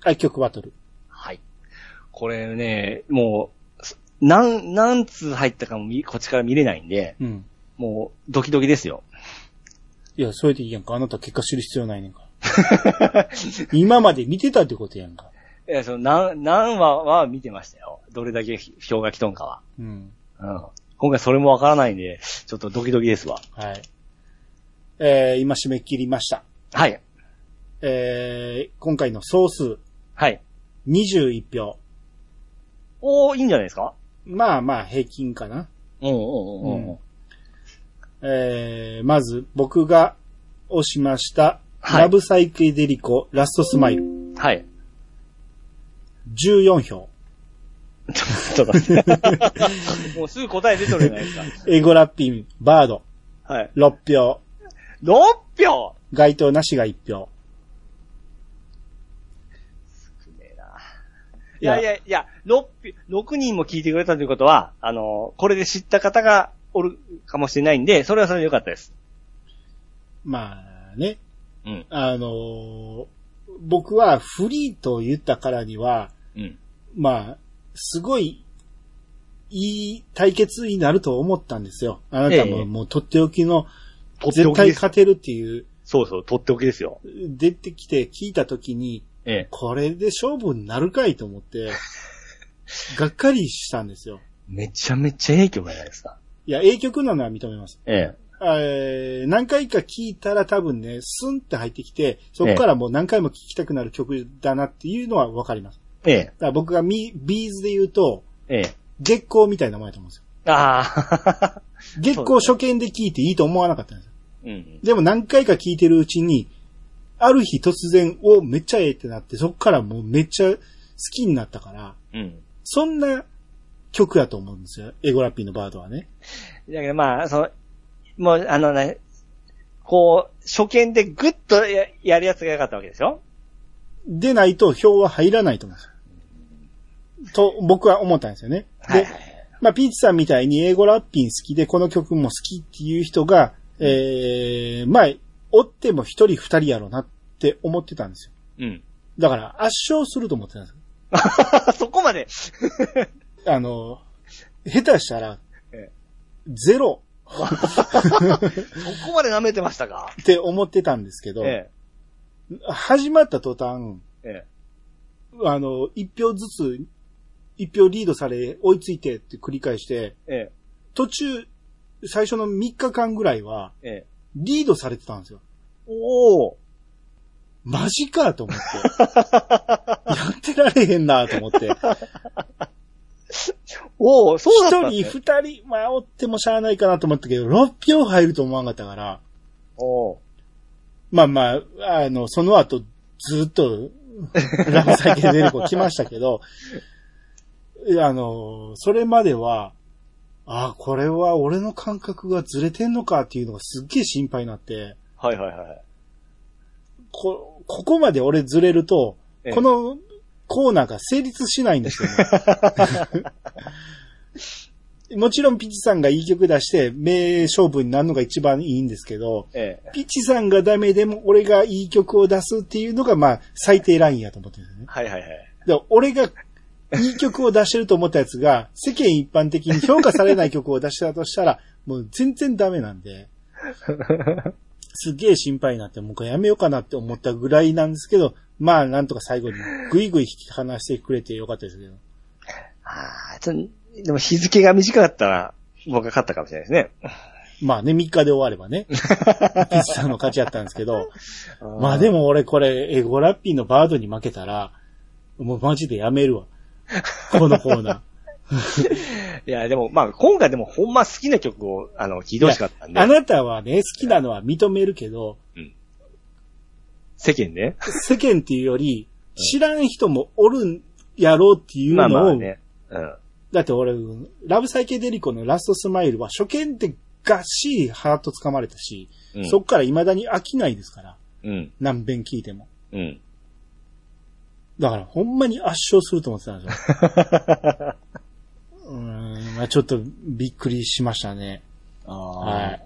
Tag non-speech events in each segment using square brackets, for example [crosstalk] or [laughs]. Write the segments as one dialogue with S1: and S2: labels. S1: 開局バトル。
S2: はい。これね、もう、す何、何通入ったかもみこっちから見れないんで、
S1: うん。
S2: もう、ドキドキですよ。
S1: いや、それでいいやんか。あなた結果知る必要ないねんから。 [laughs] 今まで見てたってことやんか。
S2: いや、その、何、何話は見てましたよ。どれだけ票が来とんかは。
S1: うん。
S2: うん。今回それもわからないんで、ちょっとドキドキですわ。
S1: はい。えー、今締め切りました。
S2: はい。
S1: えー、今回の総数
S2: はい。
S1: 21票。
S2: おー、いいんじゃないですか
S1: まあまあ平均かな。
S2: うんうんうんうん。
S1: うんえー、まず僕が押しました、
S2: はい
S1: ラブサイケデリコラストスマイル
S2: はい。
S1: 14票。
S2: ちょっと待って。もうすぐ答え出とるじゃないです
S1: エゴラッピン、バード
S2: か。はい。
S1: 6票。
S2: 6票
S1: 該当なしが1票。
S2: 少ねえな。いやいやいや、6票、6人も聞いてくれたということは、あの、これで知った方がおるかもしれないんで、それはそれでよかったです。
S1: まあね、
S2: うん。
S1: あのー僕はフリーと言ったからには、
S2: うん。
S1: まあ、すごい、いい対決になると思ったんですよ。あなた
S2: ええ
S1: ももうとっておきの、
S2: とって
S1: 絶
S2: おきで
S1: 対
S2: す。
S1: 勝てるっていう、
S2: そうそう、とっておきですよ。
S1: 出てきて聞いたときに、
S2: ええ。
S1: これで勝負になるかいと思
S2: [laughs]
S1: って、がっかりしたんですよ。
S2: めちゃめちゃ影響じゃないですか。
S1: いや、A 曲なのは認めます。
S2: ええ。
S1: えー何回か聞いたら多分ね、スンって入ってきて、そこからもう何回も聞きたくなる曲だなっていうのはわかります。
S2: ええ
S1: だ。から僕がミビーズで言うと、
S2: ええ。
S1: 月光みたいなもんやと思うんですよ。
S2: [laughs] ああ。
S1: 月光初見で聞いていいと思わなかったんですよ。
S2: うん。
S1: でも何回か聞いてるうちに、ある日突然、お、めっちゃええってなって、そこからもうめっちゃ好きになったから、
S2: うん。
S1: そんな曲やと思うんですよ。エゴラッピーのバードはね。
S2: だけどまあ、その、もう、あのね、こう、初見でグッとややるやつが良かったわけですよ。
S1: でないと票は入らないと思うんですよ。と、僕は思ったんですよね。
S2: はい
S1: で、まあ、ピーチさんみたいに英語ラッピン好きで、この曲も好きっていう人が、ええまあ、おっても一人二人やろうなって思ってたんですよ。
S2: うん。
S1: だから、圧勝すると思ってたんです
S2: [laughs] そこまで。
S1: よ。あの、下手したら
S2: え、
S1: ゼロ
S2: そこまで舐めてましたか。
S1: って思ってたんですけど、
S2: え
S1: 始まった途端、
S2: え。え
S1: あの、一票ずつ、一票リードされ、追いついてって繰り返して、
S2: え。え
S1: 途中、最初の3日間ぐらいは、
S2: え。ええ。
S1: リードされてたんですよ。
S2: おお。
S1: マジかと思って。 [laughs] やってられへんなと思って。
S2: おお、そうだったん
S1: 一
S2: です
S1: 人、
S2: ね
S1: 二人、迷ってもしゃあないかなと思ったけど、6票入ると思わなかったから、
S2: おお。
S1: まあまあ、あの、その後、ずっと、 [laughs] ラブサイケデリコ来ましたけど、いやあの、それまでは、ああ、これは俺の感覚がずれてんのかっていうのがすっげえ心配になって、
S2: はいはいはい。
S1: こ、ここまで俺ずれると、
S2: ええ
S1: このコーナーが成立しないんですよね。
S2: [laughs]
S1: もちろんピチさんがいい曲出して名勝負になるのが一番いいんですけど、
S2: ええ。
S1: ピチさんがダメでも俺がいい曲を出すっていうのがまあ最低ラインやと思ってるんですよね。
S2: はいはいは
S1: だ
S2: い。
S1: から俺がいい曲を出してると思ったやつが世間一般的に評価されない曲を出したとしたらもう全然ダメなんで、すげえ心配になってもうこれやめようかなって思ったぐらいなんですけど、まあなんとか最後にぐいぐい引き離してくれてよかったですけど。
S2: ああ、ちょっと、でも日付が短かったら、僕が勝ったかもしれないですね。
S1: まあね、3日で終わればね、ピッツさんの勝ちやったんですけど、まあでも俺これ、エゴラッピーのバードに負けたら、もうマジでやめるわ。このコーナー。
S2: いや、でも、まあ、今回でも、ほんま好きな曲を、あの、聴いてほしかったんで
S1: あ、なたはね、好きなのは認めるけど、
S2: 世間ね。
S1: 世間っていうより、知らん人もおるんやろうっていう
S2: まあま
S1: の
S2: あ
S1: を、
S2: ね。うん。
S1: だって俺、ラブサイケデリコのラストスマイルは初見でがっしりハート掴まれたし、
S2: うん
S1: そっから未だに飽きないですから、
S2: うん。
S1: 何遍聞いても。
S2: うん。
S1: だからほんまに圧勝すると思ってたんですよ。
S2: [laughs]
S1: うーん、まあちょっとびっくりしましたね。
S2: あ
S1: はい。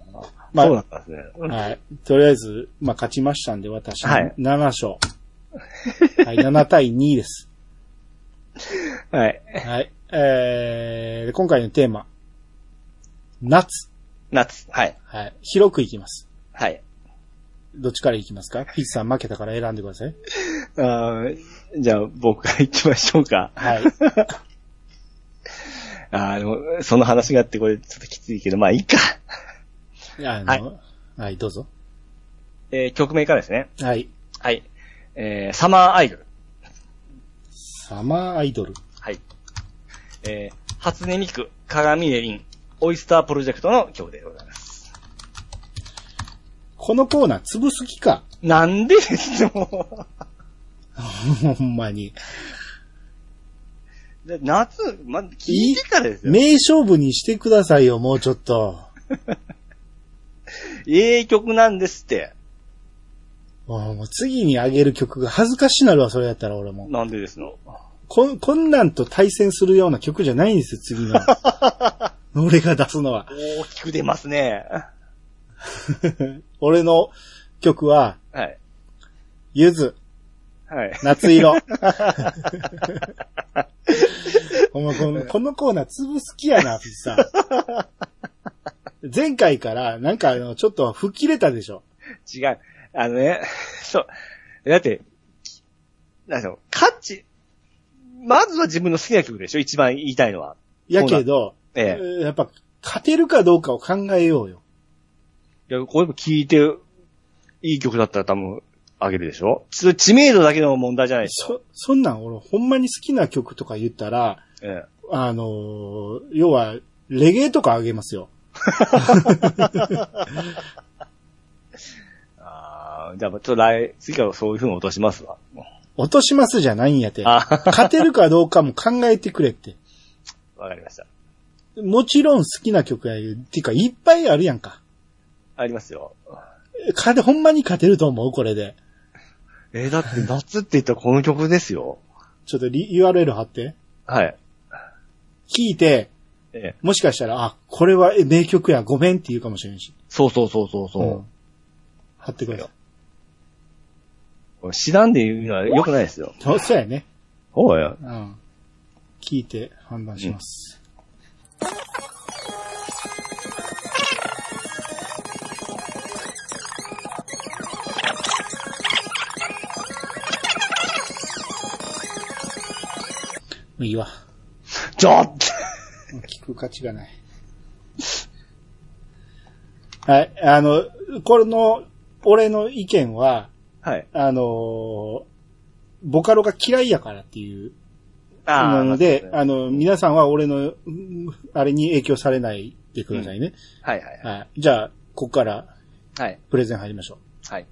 S1: まあ
S2: まあ、そうだったんですね。
S1: はい。とりあえず、まあ勝ちましたんで私、
S2: はい
S1: 7勝。はい、7対2です。
S2: はい。
S1: はい。えー、今回のテーマ。夏。
S2: 夏。はい。
S1: はい。広くいきます。
S2: はい。
S1: どっちからいきますかピッチさん負けたから選んでください。
S2: あーじゃあ、僕から行きましょうか。
S1: [laughs] はい。
S2: あーでもその話があって、これちょっときついけど、まあ、いいか。
S1: あの、はい、どうぞ。
S2: えー曲名からですね。
S1: はい。
S2: はい。えーサマーアイドル。
S1: サマーアイドル。
S2: はい。えー初音ミク、鏡エリン、オイスタープロジェクトの曲でございます。
S1: このコーナー潰す気か。 [laughs]
S2: なんでですよ。 [laughs]
S1: ほんまに。
S2: で夏、ま、聞いてからですよ。
S1: 名勝負にしてくださいよ、もうちょっと。
S2: ええ曲なんですって。
S1: もうもう次にあげる曲が恥ずかしなるわ、それやったら俺も。
S2: なんでですの。
S1: こん、こんなんと対戦するような曲じゃないんですよ、次 [laughs] の。俺が出すのは。
S2: 大きく出ますね。
S1: 俺の曲は、
S2: はい。
S1: ゆず、
S2: はい。
S1: 夏
S2: [laughs]
S1: 色。お前この、このコーナー潰す気やな、ピッさん。前回から、なんかあの、ちょっと吹っ切れたでしょ。
S2: 違う。あのね、そう。だって、なんでしょう、価値、まずは自分の好きな曲でしょ一番言いたいのは。
S1: やけど、
S2: ええ。
S1: えーやっぱ、勝てるかどうかを考えようよ。
S2: いや、これも聴いて、いい曲だったら多分、あげるでしょそれ知名度だけの問題じゃないです
S1: そ、そんなん俺、ほんまに好きな曲とか言ったら、
S2: ええ。
S1: あのー要は、レゲエとかあげますよ。
S2: ああ、じゃあ、ちょっと来、次からそういう風に落としますわ。
S1: 落としますじゃないんやて。
S2: あ
S1: 勝てるかどうかも考えてくれって。
S2: わかりました。
S1: もちろん好きな曲やいう。てか、いっぱいあるやんか。
S2: ありますよ。
S1: かで、ほんまに勝てると思うこれで。
S2: えーだって夏って言ったらこの曲ですよ。
S1: ちょっとリ URL 貼って。
S2: はい。
S1: 聞いて、
S2: ええ
S1: もしかしたら、あ、これはえ名曲や、ごめんって言うかもしれんし。
S2: そうそうそうそうそう
S1: うん貼ってください。
S2: これ知らんで言うのは良くないですよ。
S1: そうそうやね。
S2: おや。
S1: うん。聞いて判断します。もういいわ。
S2: ちょっと
S1: もう聞く価値がない。はい、あの、これの、俺の意見は、
S2: はい。
S1: あのボカロが嫌いやからっていうなので、
S2: まあ
S1: あの、皆さんは俺の、うんあれに影響されないでくださいね。
S2: はいはいは
S1: はい。じゃあ、ここから
S2: い。はい。
S1: プレゼン入りましょ
S2: はい。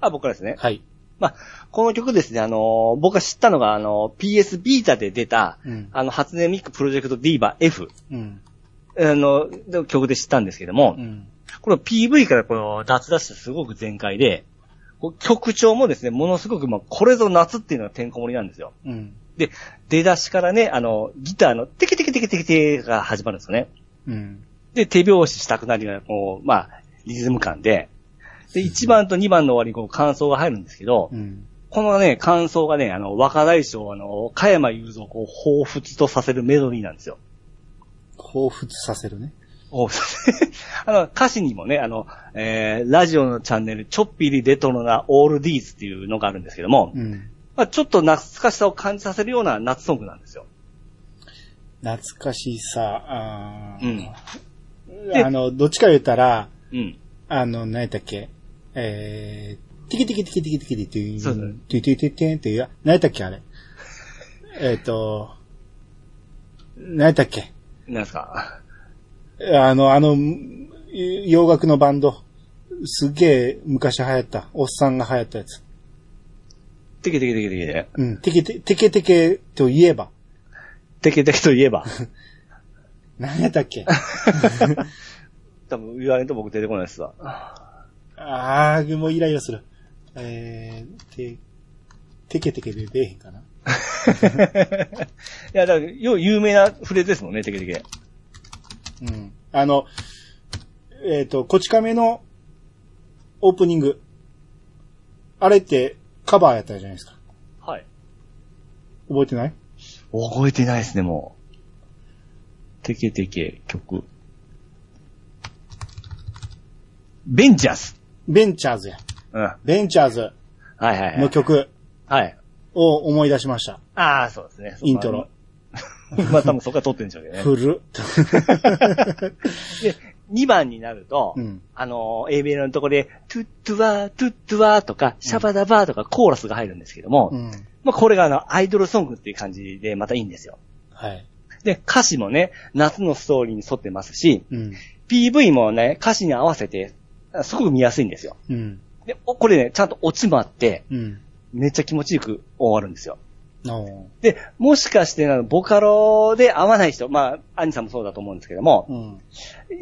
S2: あ、僕からですね
S1: う。。はい。
S2: まあ、この曲ですね、あのー僕が知ったのが、あのー PS ビータで出た、
S1: うん。
S2: あの、初音ミクプロジェクトディーバ F、
S1: うん。
S2: あの、の曲で知ったんですけども、
S1: うん。
S2: これは PV からこの脱出してすごく全開で、こう曲調もですね、ものすごく、まあ、これぞ夏っていうのがてんこ盛りなんですよ。
S1: うん。
S2: で、出だしからね、あの、ギターのテケテケテケテケテケが始まるんですよね。
S1: うん。
S2: で、手拍子したくなりが、こう、まあ、リズム感で、で、1番と2番の終わりにこう、感想が入るんですけど、
S1: うん。
S2: このね、感想がね、あの、若大将、あの、加山雄三をこう、彷彿とさせるメロディーなんですよ。
S1: 彷彿させるね。
S2: お [laughs] あの、歌詞にもね、あの、えー、ラジオのチャンネル、ちょっぴりレトロなオールディーズっていうのがあるんですけども、
S1: うん。
S2: まあ、ちょっと懐かしさを感じさせるような夏ソングなんですよ。
S1: 懐かしさ、あ
S2: う
S1: ー
S2: ん。
S1: あの、どっちか言ったら、
S2: うん。
S1: あの、何やったっけえー、ティキティキティキティキティキティ
S2: そうだね
S1: ティティティティンっていう、何やったっけあれ。えっと、何やったっけ
S2: なんですか。
S1: あの、あの、い洋楽のバンド。すげえ昔流行った。おっさんが流行ったやつ。
S2: テケテケテケテケで。
S1: うん。テケテテケテケといえば。
S2: テケテケといえ [laughs] ば。
S1: 何やったっけ
S2: 多分言われんと僕出てこないですわ。
S1: あー、もうイライラする。えー、て、テケテケで出えへんかな。
S2: いや、だから、よう有名なフレーズですもんね、テケテケ。
S1: うん。あの、えっ、と、こち亀のオープニング。あれって、カバーやったじゃないですか。
S2: はい。
S1: 覚えてない
S2: 覚えてないですね、もう。てけてけ、曲。ベンチャーズ。
S1: ベンチャーズや。
S2: うん。はい
S1: ベンチャーズ
S2: はいはい。
S1: の曲
S2: はい。
S1: を思い出しました。
S2: ああ、そうですね。
S1: イントロ。
S2: [laughs] まあ多分そこから撮ってるんでしょうけどね。
S1: 古っ。
S2: で、2番になると、
S1: うん
S2: あの、A メロのところで、トゥットゥワー、トゥットゥワーとか、シャバダバーとかコーラスが入るんですけども、
S1: うん。
S2: まあこれがあの、アイドルソングっていう感じでまたいいんですよ。
S1: はい。
S2: で、歌詞もね、夏のストーリーに沿ってますし、
S1: うん。
S2: PV もね、歌詞に合わせて、すごく見やすいんですよ。
S1: うん。
S2: で、おこれね、ちゃんとオチもあって、
S1: うん。
S2: めっちゃ気持ちよく終わるんですよ。
S1: おー
S2: で、もしかして、あの、ボカロで合わない人、まあ、アニさんもそうだと思うんですけども、
S1: うん。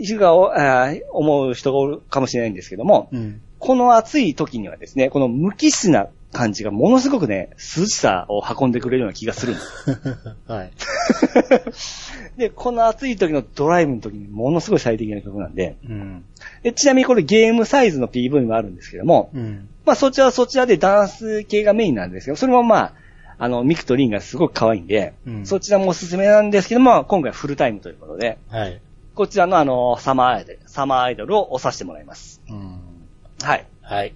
S2: 主がおあー思う人がおるかもしれないんですけども、
S1: うん。 [laughs]
S2: この暑い時にはですね、この無機質な感じがものすごくね、涼しさを運んでくれるような気がするんです。
S1: はい。
S2: で、この暑い時のドライブの時にものすごい最適な曲なんで、
S1: うん。
S2: でちなみにこれゲームサイズの PV もあるんですけども、
S1: うん。
S2: まあそちらはそちらでダンス系がメインなんですけど、それもまあ、あの、ミクとリンがすごく可愛いんで、
S1: うん
S2: そちらもおすすめなんですけども、今回フルタイムということで、
S1: はい。
S2: こちらのあの、サマーアイドル、サマーアイドルを押させてもらいます。
S1: うん。
S2: はい。
S1: はい。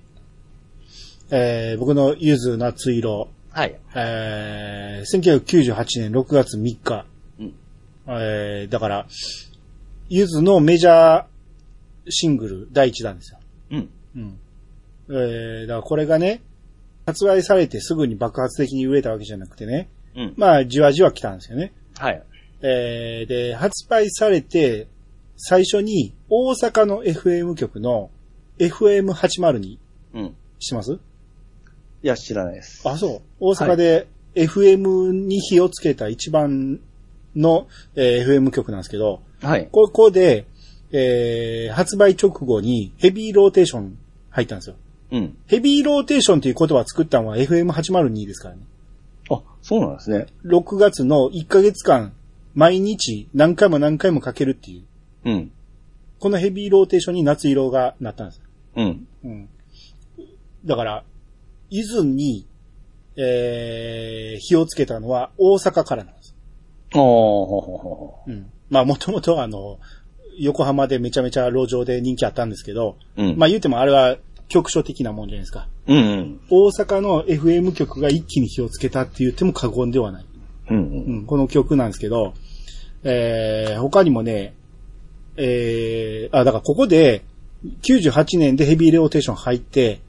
S1: えー、僕のゆず夏色、
S2: はい。
S1: えー、1998年6月3日、
S2: うん
S1: えー、だから、ゆずのメジャーシングル第1弾ですよ。
S2: うん。
S1: うん。えー、だからこれがね、発売されてすぐに爆発的に売れたわけじゃなくてね、
S2: うん。
S1: まあ、じわじわ来たんですよね。
S2: はい。
S1: えー、で、発売されて、最初に大阪の FM 局の FM802 知っ
S2: うん。
S1: てます
S2: いや、知らないです。
S1: あ、そう。大阪で FM に火をつけた一番の、えー FM 局なんですけど、
S2: はい。
S1: ここで、えー発売直後にヘビーローテーション入ったんですよ。
S2: うん。
S1: ヘビーローテーションっていう言葉を作ったのは FM802 ですからね。
S2: あ、そうなんですね。
S1: 6月の1ヶ月間、毎日何回も何回もかけるっていう。
S2: うん。
S1: このヘビーローテーションに夏色がなったんです。
S2: うん。
S1: うん。だから、伊豆に、えー、火をつけたのは大阪からなんです。
S2: ああ、ほうほうほ
S1: うん。まあ、もともとあの、横浜でめちゃめちゃ路上で人気あったんですけど、
S2: う。うん。
S1: まあ言うてもあれは局所的なもんじゃないですか。
S2: うんうん。
S1: 大阪の FM 局が一気に火をつけたって言っても過言ではない。
S2: うんう。
S1: うんん、この曲なんですけど、えー、他にもね、えー、あ、だからここで、98年でヘビーレオーテーション入って、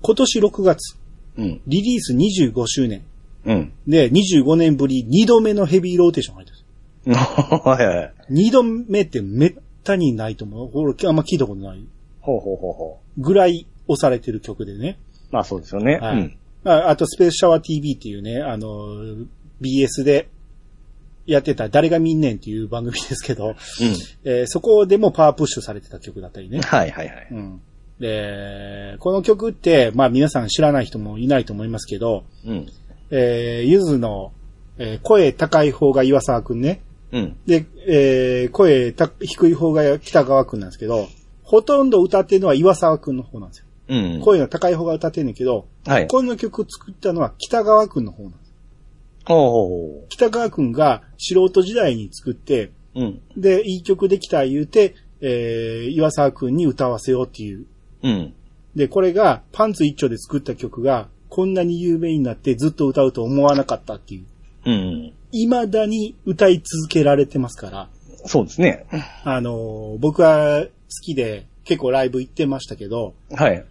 S1: 今年6月、
S2: うん。
S1: リリース25周年。
S2: うん。
S1: で、25年ぶり2度目のヘビーローテーション入ってる。
S2: [laughs] はいはい。
S1: 2度目ってめったにないと思う。俺あんま聞いたことない。
S2: ほうほうほうほ
S1: ぐらい押されてる曲でね。
S2: う。まあそうですよね。
S1: はいああと、スペースシャワー TV っていうね、あの、BS でやってた、誰が見んねんっていう番組ですけど、 [laughs]
S2: う
S1: えーそこでもパワープッシュされてた曲だったりね
S2: ん。。はいはいはい。
S1: うん。で、この曲って、まあ皆さん知らない人もいないと思いますけど、
S2: うん。
S1: えー、ゆずの、えー声高い方が岩沢くんね。
S2: うん。
S1: で、えー声た低い方が北川くんなんですけど、ほとんど歌ってるのは岩沢くんの方なんですよ。
S2: うん。
S1: 声の高い方が歌ってるんだけど、
S2: はい。
S1: この曲作ったのは北川くんの方なんです。
S2: ほうほ
S1: 北川くんが素人時代に作って、
S2: うほう。うん。
S1: で、いい曲できた言うて、えー、岩沢くんに歌わせようっていう。
S2: うん。
S1: で、これがパンツ一丁で作った曲が、こんなに有名になってずっと歌うと思わなかったっていう。
S2: うん。
S1: 未だに歌い続けられてますから、
S2: そうですね。
S1: あのー僕は好きで結構ライブ行ってましたけど、
S2: はい。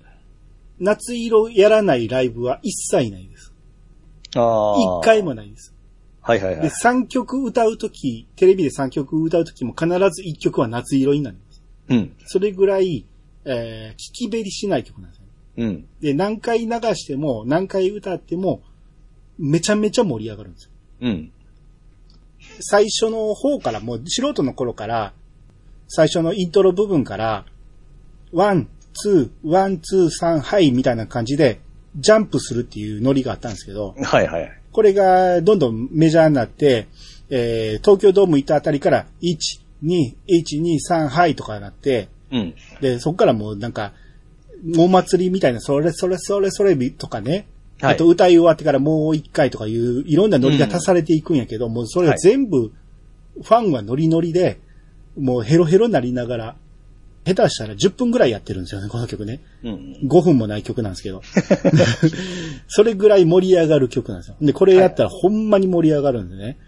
S1: 夏色やらないライブは一切ないです。
S2: ああ。
S1: 一回。もないです。
S2: はいはいは
S1: で、
S2: い。
S1: 3曲歌うとき、テレビで3曲歌うときも必ず1曲は夏色になります。
S2: うん。
S1: それぐらい、えー聞きべりしない曲なんですよ。
S2: うん。
S1: で、何回流しても、何回歌っても、めちゃめちゃ盛り上がるんですよ。
S2: うん。
S1: 最初の方から、もう素人の頃から、最初のイントロ部分から、ワン、ツー、ワン、ツー、サン、はい、みたいな感じで、ジャンプするっていうノリがあったんですけど、
S2: はいはい。
S1: これがどんどんメジャーになって、えー東京ドーム行ったあたりから、1、2、1、2、3、はいとかなって、
S2: うん。
S1: で、そこからもうなんか、お祭りみたいな、それそれそれそれとかね、
S2: はい
S1: あと歌い終わってからもう一回とかいう、いろんなノリが足されていくんやけど、もうそれを全部、ファンはノリノリで、もうヘロヘロになりながら、下手したら10分ぐらいやってるんですよね、この曲ね。
S2: うん。
S1: 5分もない曲なんですけど。 [laughs] それぐらい盛り上がる曲なんですよ。で、これやったらほんまに盛り上がるんでね。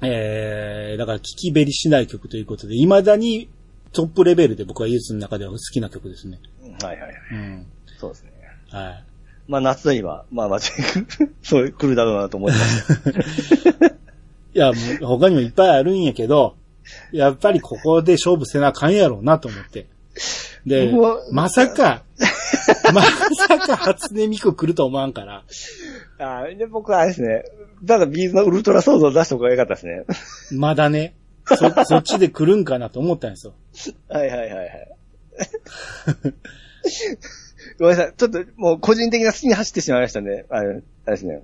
S1: えー、だから聞きべりしない曲ということで、未だにトップレベルで僕はユースの中では好きな曲ですね。
S2: はいはいはい。
S1: うん。
S2: そうですね。
S1: はい。
S2: まあ夏といえば、まあ [laughs] 間違いなくそう来るだろうなと思います。 [laughs]
S1: いや、もう他にもいっぱいあるんやけど、やっぱりここで勝負せなあかんやろうなと思って。で
S2: 僕は、
S1: まさか、まさか初音ミク来ると思わんから。
S2: あーで僕はあれですね、だからビーズのウルトラソードを出した方が良かったですね。 [laughs]
S1: まだね、そ、 [laughs] そっちで来るんかなと思ったんですよ。
S2: はいはいはいはい。 [laughs] ごめんなさい。ちょっともう個人的な好きに走ってしまいましたね。あれあれですね。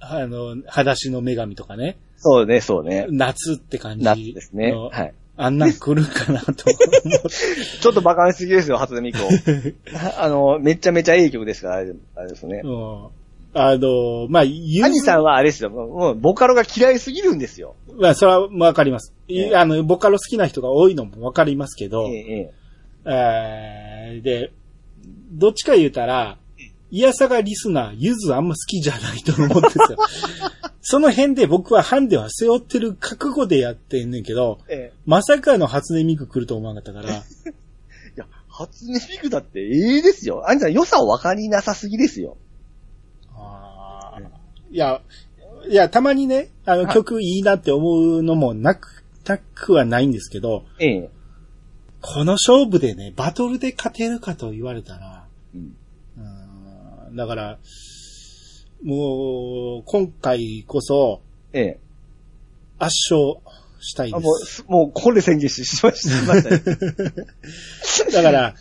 S1: あの、裸足の女神とかね、
S2: そうね、そうね。
S1: 夏って感じの。
S2: 夏ですね。はい。
S1: あんなん来るんかなと思って。
S2: [laughs] ちょっとバカにしすぎですよ、初音ミク [laughs] を。あの、めちゃめちゃいい曲ですから、あれあれですね。
S1: うんあの、まあ、ゆ
S2: アニさんはあれですよ、もうもうボカロが嫌いすぎるんですよ。
S1: まあ、それはわかります。い
S2: ええ
S1: あの、ボカロ好きな人が多いのもわかりますけ
S2: え
S1: ど、
S2: ええ
S1: えーで、どっちか言うたら、イヤサガリスナー、ゆずあんま好きじゃないと思うんです
S2: [laughs]
S1: よ。その辺で僕はハンデは背負ってる覚悟でやってんねんけど、
S2: ええ
S1: まさかの初音ミク来ると思わなかったから、
S2: え。いや、初音ミクだってええですよ。アニさん良さを分かりなさすぎですよ。
S1: あーいや、いや、たまにね、あの
S2: はい
S1: 曲いいなって思うのもなく、なくはないんですけど、
S2: ええ。
S1: この勝負でね、バトルで勝てるかと言われたら、
S2: うん
S1: うんだから、もう、今回こそ、
S2: ええ。
S1: 圧勝したい
S2: あ
S1: で
S2: もう
S1: す。、
S2: もうこれで宣言ししましたしました [laughs] ね。
S1: だから、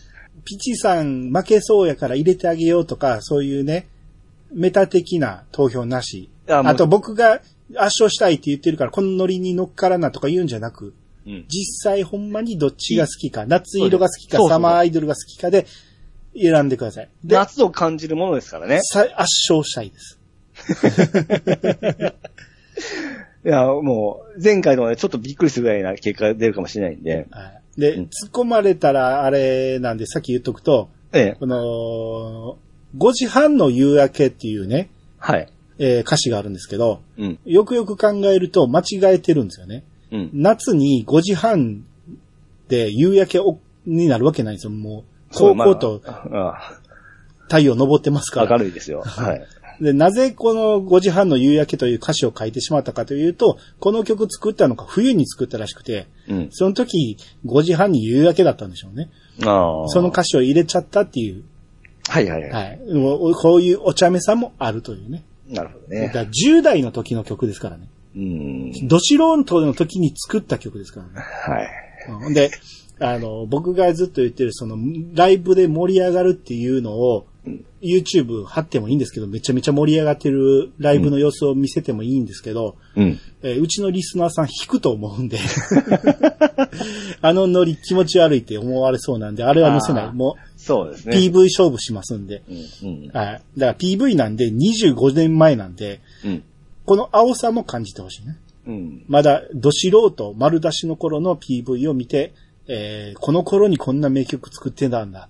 S1: ピチさん負けそうやから入れてあげようとか、そういうね、メタ的な投票なし。
S2: あもう
S1: あと僕が圧勝したいって言ってるから、このノリに乗っからなとか言うんじゃなく、
S2: うん
S1: 実際ほんまにどっちが好きか、夏色が好きか
S2: そうで、す
S1: サマーアイドルが好きかで選んでください。で、
S2: 夏を感じるものですからね。
S1: さ圧勝したいです。
S2: いや、もう、前回のね、ちょっとびっくりするぐらいな結果が出るかもしれないんで。
S1: はいで、
S2: うん
S1: 突っ込まれたらあれなんで、さっき言っとくと、
S2: ええ。
S1: この、5時半の夕焼けっていうね、
S2: はい。
S1: えー歌詞があるんですけど、
S2: うん。
S1: よくよく考えると間違えてるんですよね。
S2: うん。
S1: 夏に5時半で夕焼けをになるわけないんですよ。もう、高校と
S2: まあ
S1: 太陽昇ってますか
S2: あ、明
S1: ら。
S2: るい [laughs] ですよ。はい。
S1: で、なぜこの5時半の夕焼けという歌詞を書いてしまったかというと、この曲作ったのが冬に作ったらしくて、
S2: うん。
S1: その時5時半に夕焼けだったんでしょうね。
S2: ああ。
S1: その歌詞を入れちゃったっていう、
S2: はいはいは
S1: はい。もうこういうお茶目さもあるというね。
S2: い。なるほど
S1: だ
S2: ね。
S1: から10代の時の曲ですからね。
S2: うん。
S1: ど素人の時に作った曲ですからね。
S2: はい。
S1: うんで、あの、僕がずっと言ってる、その、ライブで盛り上がるっていうのを、YouTube 貼ってもいいんですけど、めちゃめちゃ盛り上がってるライブの様子を見せてもいいんですけど、
S2: うん。
S1: えーうちのリスナーさん引くと思うんで、 [laughs] あのノリ気持ち悪いって思われそうなんで、あれは載せな
S2: あ
S1: い。
S2: ー
S1: も
S2: そうです
S1: う、
S2: ね。
S1: PV 勝負しますんで。
S2: うん。
S1: はい。だから PV なんで25年前なんで、
S2: うん。
S1: この青さも感じてほしいね。
S2: うん。
S1: まだ、ど素人、丸出しの頃の PV を見て、えー、この頃にこんな名曲作ってたんだっ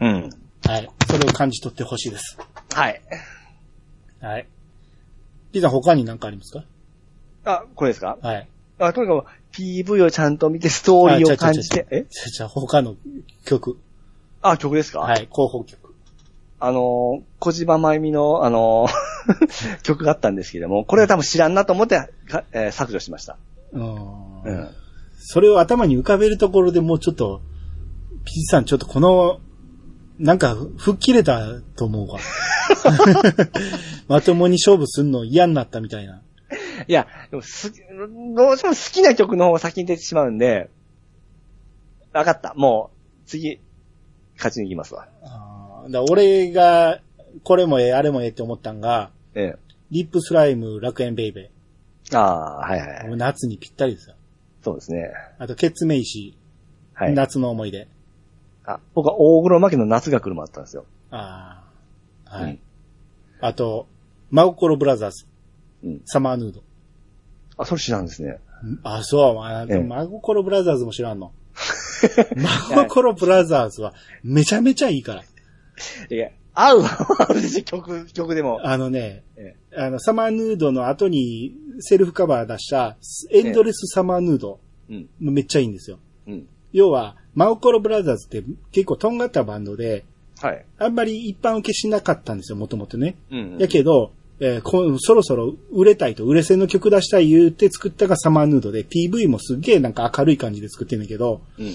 S1: てい
S2: うん。
S1: う。はい。それを感じ取ってほしいです。
S2: はい。
S1: はい。ピザ他に何かありますか
S2: あ、これですか
S1: はい。
S2: あ、とにかく PV をちゃんと見て、ストーリーを感じて。え
S1: じゃあじゃあ他の曲。
S2: あ、曲ですか
S1: はい。広報曲。
S2: あのー、小島真由美の、あのー、 [laughs] 曲があったんですけども、これは多分知らんなと思って、かえー削除しました。
S1: うー。
S2: うんん。
S1: それを頭に浮かべるところでもうちょっと、ピザさんちょっとこの、なんか、吹っ切れたと思うわ。 [laughs] まともに勝負するの嫌になったみたいな。
S2: いや、でもす、どうしても好きな曲の方が先に出てしまうんで、わかった。もう、次、勝ちに行きますわ。
S1: あーだから俺が、これもええ、あれもええって思ったんが、
S2: え
S1: リップスライム、楽園ベイベ
S2: え。ああー、はいはい
S1: ー。
S2: は
S1: も
S2: い。
S1: う夏にぴったりですよ。
S2: そうですね。
S1: あと、ケツメイシ、
S2: はい。
S1: 夏の思い出。
S2: あ僕は大黒摩季の夏が来るもあったんですよ。
S1: ああ。はい。
S2: うん
S1: あと、真心ブラザーズ、
S2: うん
S1: サマーヌード。
S2: あ、それ知らんですね。
S1: あ、そう、まあ、
S2: ええ
S1: 真心ブラザーズも知らん
S2: [laughs]
S1: の。真心ブラザーズはめちゃめちゃいいから。
S2: いや、合うは合うでしょ、曲、曲でも。
S1: あのね
S2: え、
S1: あの、サマーヌードの後にセルフカバー出した、エンドレスサマーヌード、
S2: うん。
S1: めっちゃいいんですよ。
S2: うん。
S1: 要は、真心ブラザーズって結構とんがったバンドで、
S2: はい。
S1: あんまり一般受けしなかったんですよ、もともとね。
S2: うん
S1: やけど、えーこそろそろ売れたいと、売れ線の曲出したい言うて作ったがサマーヌードで、PV もすっげえなんか明るい感じで作ってんだけど、
S2: うん。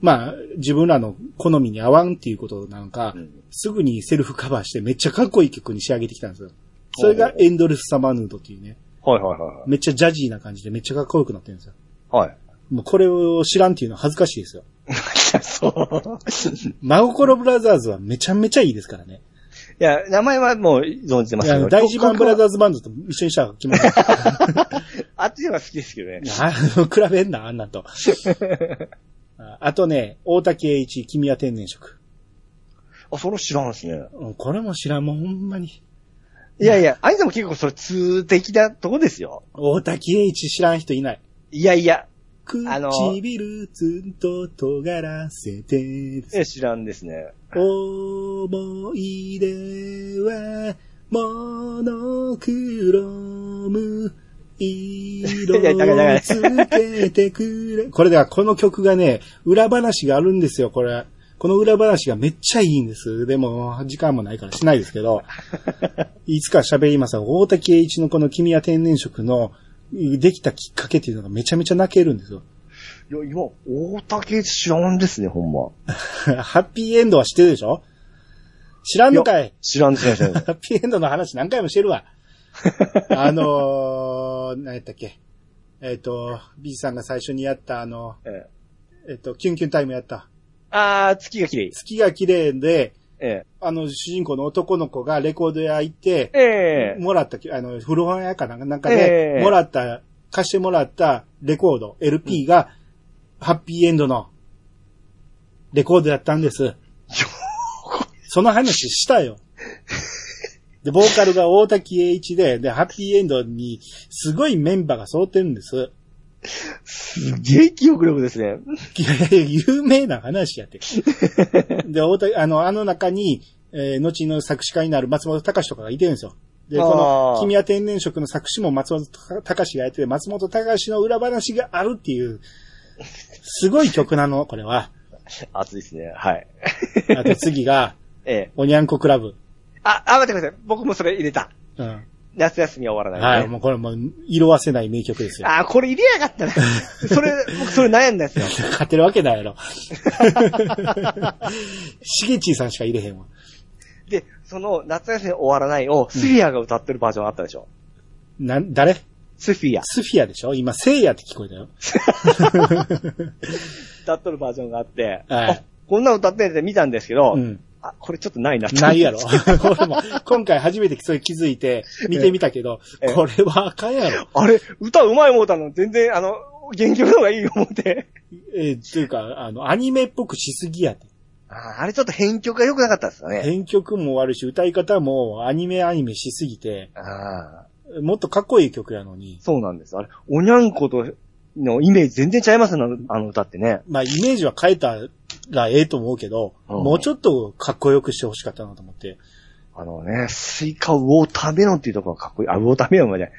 S1: まあ、自分らの好みに合わんっていうことなんか、
S2: うん
S1: すぐにセルフカバーしてめっちゃかっこいい曲に仕上げてきたんですよ。それがエンドレスサマーヌードっていうね、
S2: はいはいは
S1: めっちゃジャジーな感じでめっちゃかっこよくなってるんですよ。
S2: い。はい。
S1: もうこれを知らんっていうのは恥ずかしいですよ。
S2: [laughs] いや、そう。
S1: 真心ブラザーズはめちゃめちゃいいですからね。
S2: いや、名前はもう存じてます
S1: い
S2: け
S1: やあ
S2: ど。
S1: の大事版ブラザ
S2: ー
S1: ーズバンドと一緒にしたら気持ち悪い。
S2: あっちの方が好きですけどね。
S1: あの、比べんな、あんなん
S2: [laughs]
S1: と。ああとね、大竹栄一、君は天然色。
S2: あ、それ知らんですね。
S1: うんこれも知らん、もうほんまに。
S2: いやいや、アイさんも結構それ通的なとこですよ。
S1: 大竹栄一知らん人いない。
S2: いやいや、あの
S1: 唇ずっと尖らせて、
S2: え知らんですね。
S1: 思い出は、モノクローム、色
S2: いやだからだから
S1: をつけてくれ。 [laughs] これでは、この曲がね、裏話があるんですよ、これ。この裏話がめっちゃいいんです。でも、時間もないからしないですけど、 [laughs] いつか喋りますが、大滝栄一のこの君は天然色の、できたきっかけっていうのがめちゃめちゃ泣けるんですよ。 [laughs]
S2: いや、今、大竹知らんですね、ほんま。
S1: ハッピーエンドは知ってるでしょ知らんのかい
S2: 知らんですね、知らんですね。
S1: ハッピーエンドの話何回もしてるわ。あのー、何やったっけ。えっ、と、B さんが最初にやった、あの、
S2: [laughs] え
S1: えっ、と、キュンキュンタイムやった。
S2: あー、月が綺麗。
S1: 月が綺麗で、
S2: え
S1: あの、主人公の男の子がレコード屋行って
S2: え。、ええ。
S1: もらった、あの、古本屋かなんかなんかで、
S2: ええ
S1: もらった、貸してもらったレコード、LP が、ハッピーエンドの、レコードやったんです。その話したよ。で、ボーカルが大滝栄一で、で、ハッピーエンドに、すごいメンバーが揃ってるんです。
S2: すげえ記憶力ですね。
S1: いやいや有名な話やって。で、大滝、あの、あの中に、えー後の作詞家になる松本隆とかがいてるんですよ。で、こ
S2: あ
S1: の、
S2: ー
S1: 君は天然色の作詞も松本隆がやってて、松本隆の裏話があるっていう、すごい曲なの、これは。
S2: 熱いですね、はい。
S1: あと次が、
S2: ええ。
S1: おにゃんこクラブ。
S2: あ、あ、待ってください。僕もそれ入れた。
S1: うん。
S2: 夏休みは終わらない、
S1: はい、もうこれもう、色褪せない名曲ですよ。
S2: あー、これ入れやがったな。 [laughs] それ、僕それ悩んだんですよ。
S1: 勝てるわけないやろ。 [laughs] しげちーさんしか入れへんわ。
S2: で、その夏休み終わらないをスフィアが歌ってるバージョンあったでしょ。
S1: なん、誰
S2: スフィア。
S1: スフィアでしょ今、セイヤって聞こえたよ。
S2: 歌っとるバージョンがあって、
S1: はい
S2: あこんなの歌ってんって見たんですけど、
S1: うん。
S2: あ、これちょっとないなって
S1: ないや
S2: [laughs]
S1: ろ。俺も、今回初めてそれ気づいて、見てみたけど
S2: ええ、
S1: これはあかんやろ。
S2: あれ、歌うまい思うたの全然、あの、原曲の方がいい思って。
S1: えー、というか、あの、アニメっぽくしすぎやって。
S2: [laughs] ああれちょっと編曲が良くなかったですよね。
S1: 編曲も悪いし、歌い方もアニメアニメしすぎて、
S2: ああ、
S1: もっとかっこいい曲やのに。
S2: そうなんです。あれ、おにゃんことのイメージ全然ちゃいますね、あの歌ってね。
S1: まあ、イメージは変えたらええと思うけど、
S2: うん
S1: もうちょっとかっこよくしてほしかったなと思って。
S2: あのね、スイカウォーターメロンっていうところがかっこいい。あ、ウォーターメロンまで。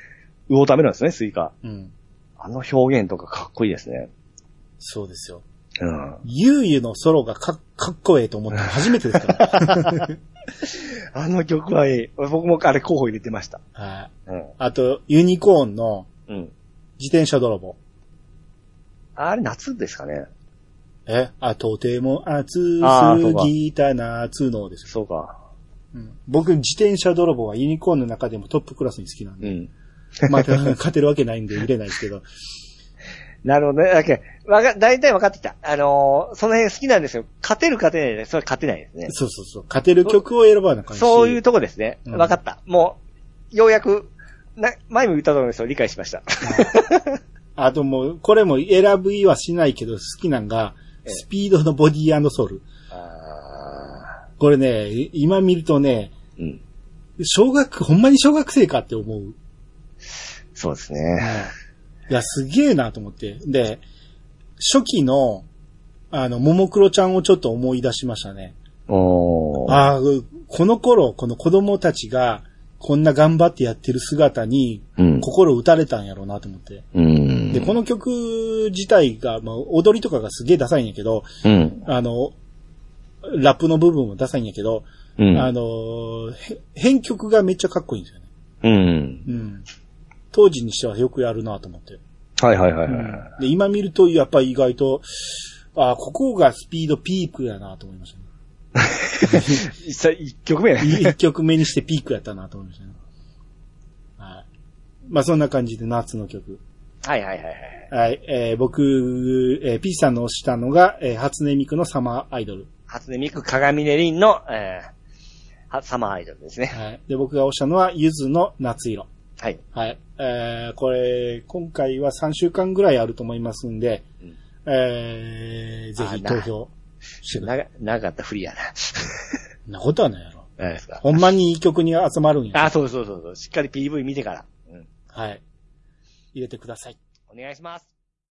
S2: ウォーターメロンですね、スイカ。
S1: うん。
S2: あの表現とかかっこいいですね。
S1: そうですよ。
S2: うん。
S1: ゆうゆのソロがかかっこええと思ったの初めてです
S2: [laughs]
S1: から。
S2: あの曲はいい。僕もあれ候補入れてました。
S1: はい。
S2: うん。
S1: あと、ユニコーンの
S2: うん。
S1: 自転車泥棒。
S2: あれ夏ですかね。
S1: えあ、とても暑
S2: あーそう
S1: す
S2: か
S1: ぎた夏のですよ、
S2: そうか。
S1: うん僕、自転車泥棒はユニコーンの中でもトップクラスに好き
S2: [laughs]
S1: なん
S2: う
S1: で。
S2: ん。
S1: まあ、勝てるわけないんで入れないですけ
S2: [laughs]
S1: ど。
S2: なるほどね。だけわか、大体分かってきた。あのーその辺好きなんですよ。勝てる勝てないで、それは勝てないですね。
S1: そうそうそう。勝てる曲を選ばなあかんし
S2: そういうとこですね。
S1: うん
S2: 分かった。もう、ようやく、な、前も言ったと思うんですよ。理解しました。
S1: あともう、これも選ぶ意はしないけど好きなんが、
S2: ええ
S1: スピードのボディソウル。
S2: あ
S1: これね、今見るとね、
S2: ーうん。
S1: 小学、ほんまに小学生かって思う。
S2: そうですね。
S1: いや、すげえなと思って。で、初期の、あの、ももクロちゃんをちょっと思い出しましたね。
S2: おー。
S1: ああ、この頃、この子供たちが、こんな頑張ってやってる姿に、
S2: うん。
S1: 心打たれたんやろうなと思って。
S2: うん。
S1: で、この曲自体が、まあ、踊りとかがすげえダサいんやけど、
S2: うん。
S1: あの、ラップの部分もダサいんやけど、
S2: うん。
S1: あの、へ編曲がめっちゃかっこいいんですよね。
S2: うん。
S1: うん。当時にしてはよくやるなと思って。
S2: はいはいはいはい。
S1: で、今見ると、やっぱり意外と、あーここがスピードピークやなと思いましたね。
S2: 実際一曲目。
S1: い一曲目にしてピークやったなと思いましたね。はい。まあ、そんな感じで夏の曲。
S2: はいはいはいはい。
S1: はい。えー僕、えー、ピーさんの推したのが、えー初音ミクのサマーアイドル。
S2: 初音ミク、鏡音凛の、えー、はサマーアイドルですね。
S1: はい。で、僕が推したのは、ゆずの夏色。
S2: はい。
S1: はい。えーこれ、今回は3週間ぐらいあると思いますんで、
S2: うん
S1: えーぜひ
S2: あ
S1: 投
S2: な
S1: 票してください。
S2: 長、長かったフリやな。 [laughs]
S1: そんなことはないやろ。
S2: 何ですか。
S1: ほんまにいい曲に集まるんや。
S2: あ、そうそうそうそう。しっかり PV 見てから。うん。
S1: はい。入れてください。
S2: お願いします。